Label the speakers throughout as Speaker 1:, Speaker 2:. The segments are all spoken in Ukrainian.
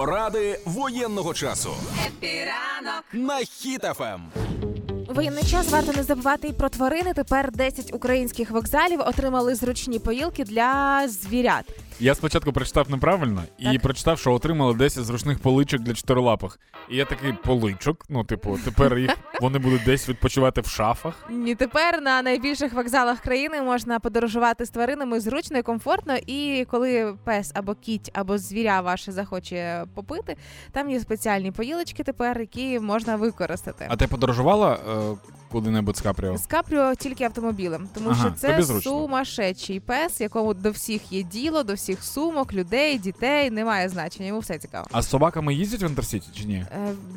Speaker 1: Поради воєнного часу на Ем. хітафем.
Speaker 2: Воєнний час варто не забувати і про тварини. Тепер 10 українських вокзалів отримали зручні поїлки для звірят.
Speaker 3: Я спочатку прочитав неправильно і
Speaker 2: Так.
Speaker 3: прочитав, що отримали 10 зручних поличок для чотирилапих. І я такий поличок. Ну, типу, тепер їх вони будуть десь відпочивати в шафах.
Speaker 2: І тепер на найбільших вокзалах країни можна подорожувати з тваринами зручно і комфортно. І коли пес або кіть, або звіря ваше захоче попити, там є спеціальні поїлочки тепер, які можна використати.
Speaker 3: А ти подорожувала е, куди-небудь з Капріо?
Speaker 2: З Капріо тільки автомобілем, тому
Speaker 3: Ага,
Speaker 2: що
Speaker 3: тобі
Speaker 2: це
Speaker 3: зручно.
Speaker 2: сумасшедший пес, якому до всіх є діло, до всіх сумок, людей, дітей. Немає значення, йому все цікаво.
Speaker 3: А з собаками їздять в Інтерсіті чи ні?
Speaker 2: Е,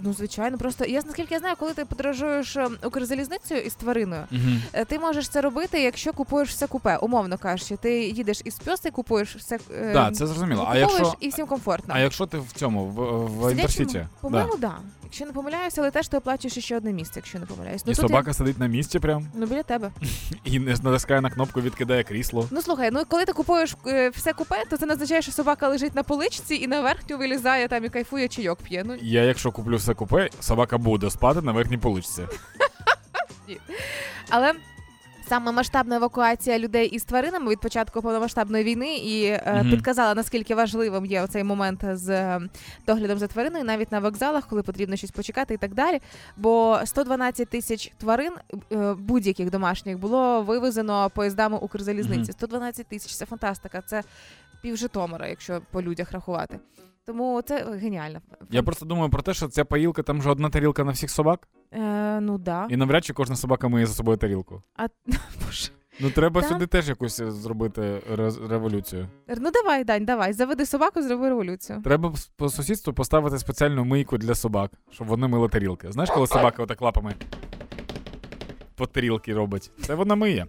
Speaker 2: ну звичайно, просто я наскільки я знаю, коли ти подорожуєш е, Укрзалізницею із твариною.
Speaker 3: Угу.
Speaker 2: е, Ти можеш це робити, якщо купуєш все купе, умовно кажучи, ти їдеш із пьоси, купуєш все е,
Speaker 3: Так, це зрозуміло. А
Speaker 2: викуповуєш
Speaker 3: якщо,
Speaker 2: і всім комфортно.
Speaker 3: а якщо ти в цьому, в, в
Speaker 2: В сидячому,
Speaker 3: Інтерсіті?
Speaker 2: ну, По-моєму, да. Якщо не помиляюся, але теж ти оплачуєш ще одне місце, якщо не помиляюсь. Ну,
Speaker 3: І
Speaker 2: тут я-
Speaker 3: собака сидить на місці прям
Speaker 2: Ну, біля тебе.
Speaker 3: і не натискає на кнопку, відкидає крісло.
Speaker 2: Ну слухай, ну коли ти купуєш е, все купе, то це не означає, що собака лежить на поличці і на верхню вилізає там і кайфує чайок п'є. Ну
Speaker 3: Я, якщо куплю все купе, собака буде спати на верхній поличці.
Speaker 2: але. Саме масштабна евакуація людей із тваринами від початку повномасштабної війни і е,
Speaker 3: Мгм.
Speaker 2: підказала наскільки важливим є цей момент з е, доглядом за твариною, навіть на вокзалах, коли потрібно щось почекати і так далі. Бо 112 тисяч тварин е, будь-яких домашніх було вивезено поїздами Укрзалізниці.
Speaker 3: Мгм.
Speaker 2: 112 тисяч це фантастика. Це пів Житомира, якщо по людях рахувати. Тому це геніально.
Speaker 3: Я просто думаю про те, що ця паїлка там же одна тарілка на всіх собак,
Speaker 2: Е, ну да.
Speaker 3: і навряд чи кожна собака миє за собою тарілку.
Speaker 2: А боже.
Speaker 3: Ну треба
Speaker 2: Там-
Speaker 3: сюди теж якусь е, зробити рез- революцію.
Speaker 2: ну давай, Дань, давай, заведи собаку, зроби революцію.
Speaker 3: Треба с- по сусідству поставити спеціальну мийку для собак, щоб вони мили тарілки. Знаєш, коли собака отак лапами по тарілки робить, це вона миє.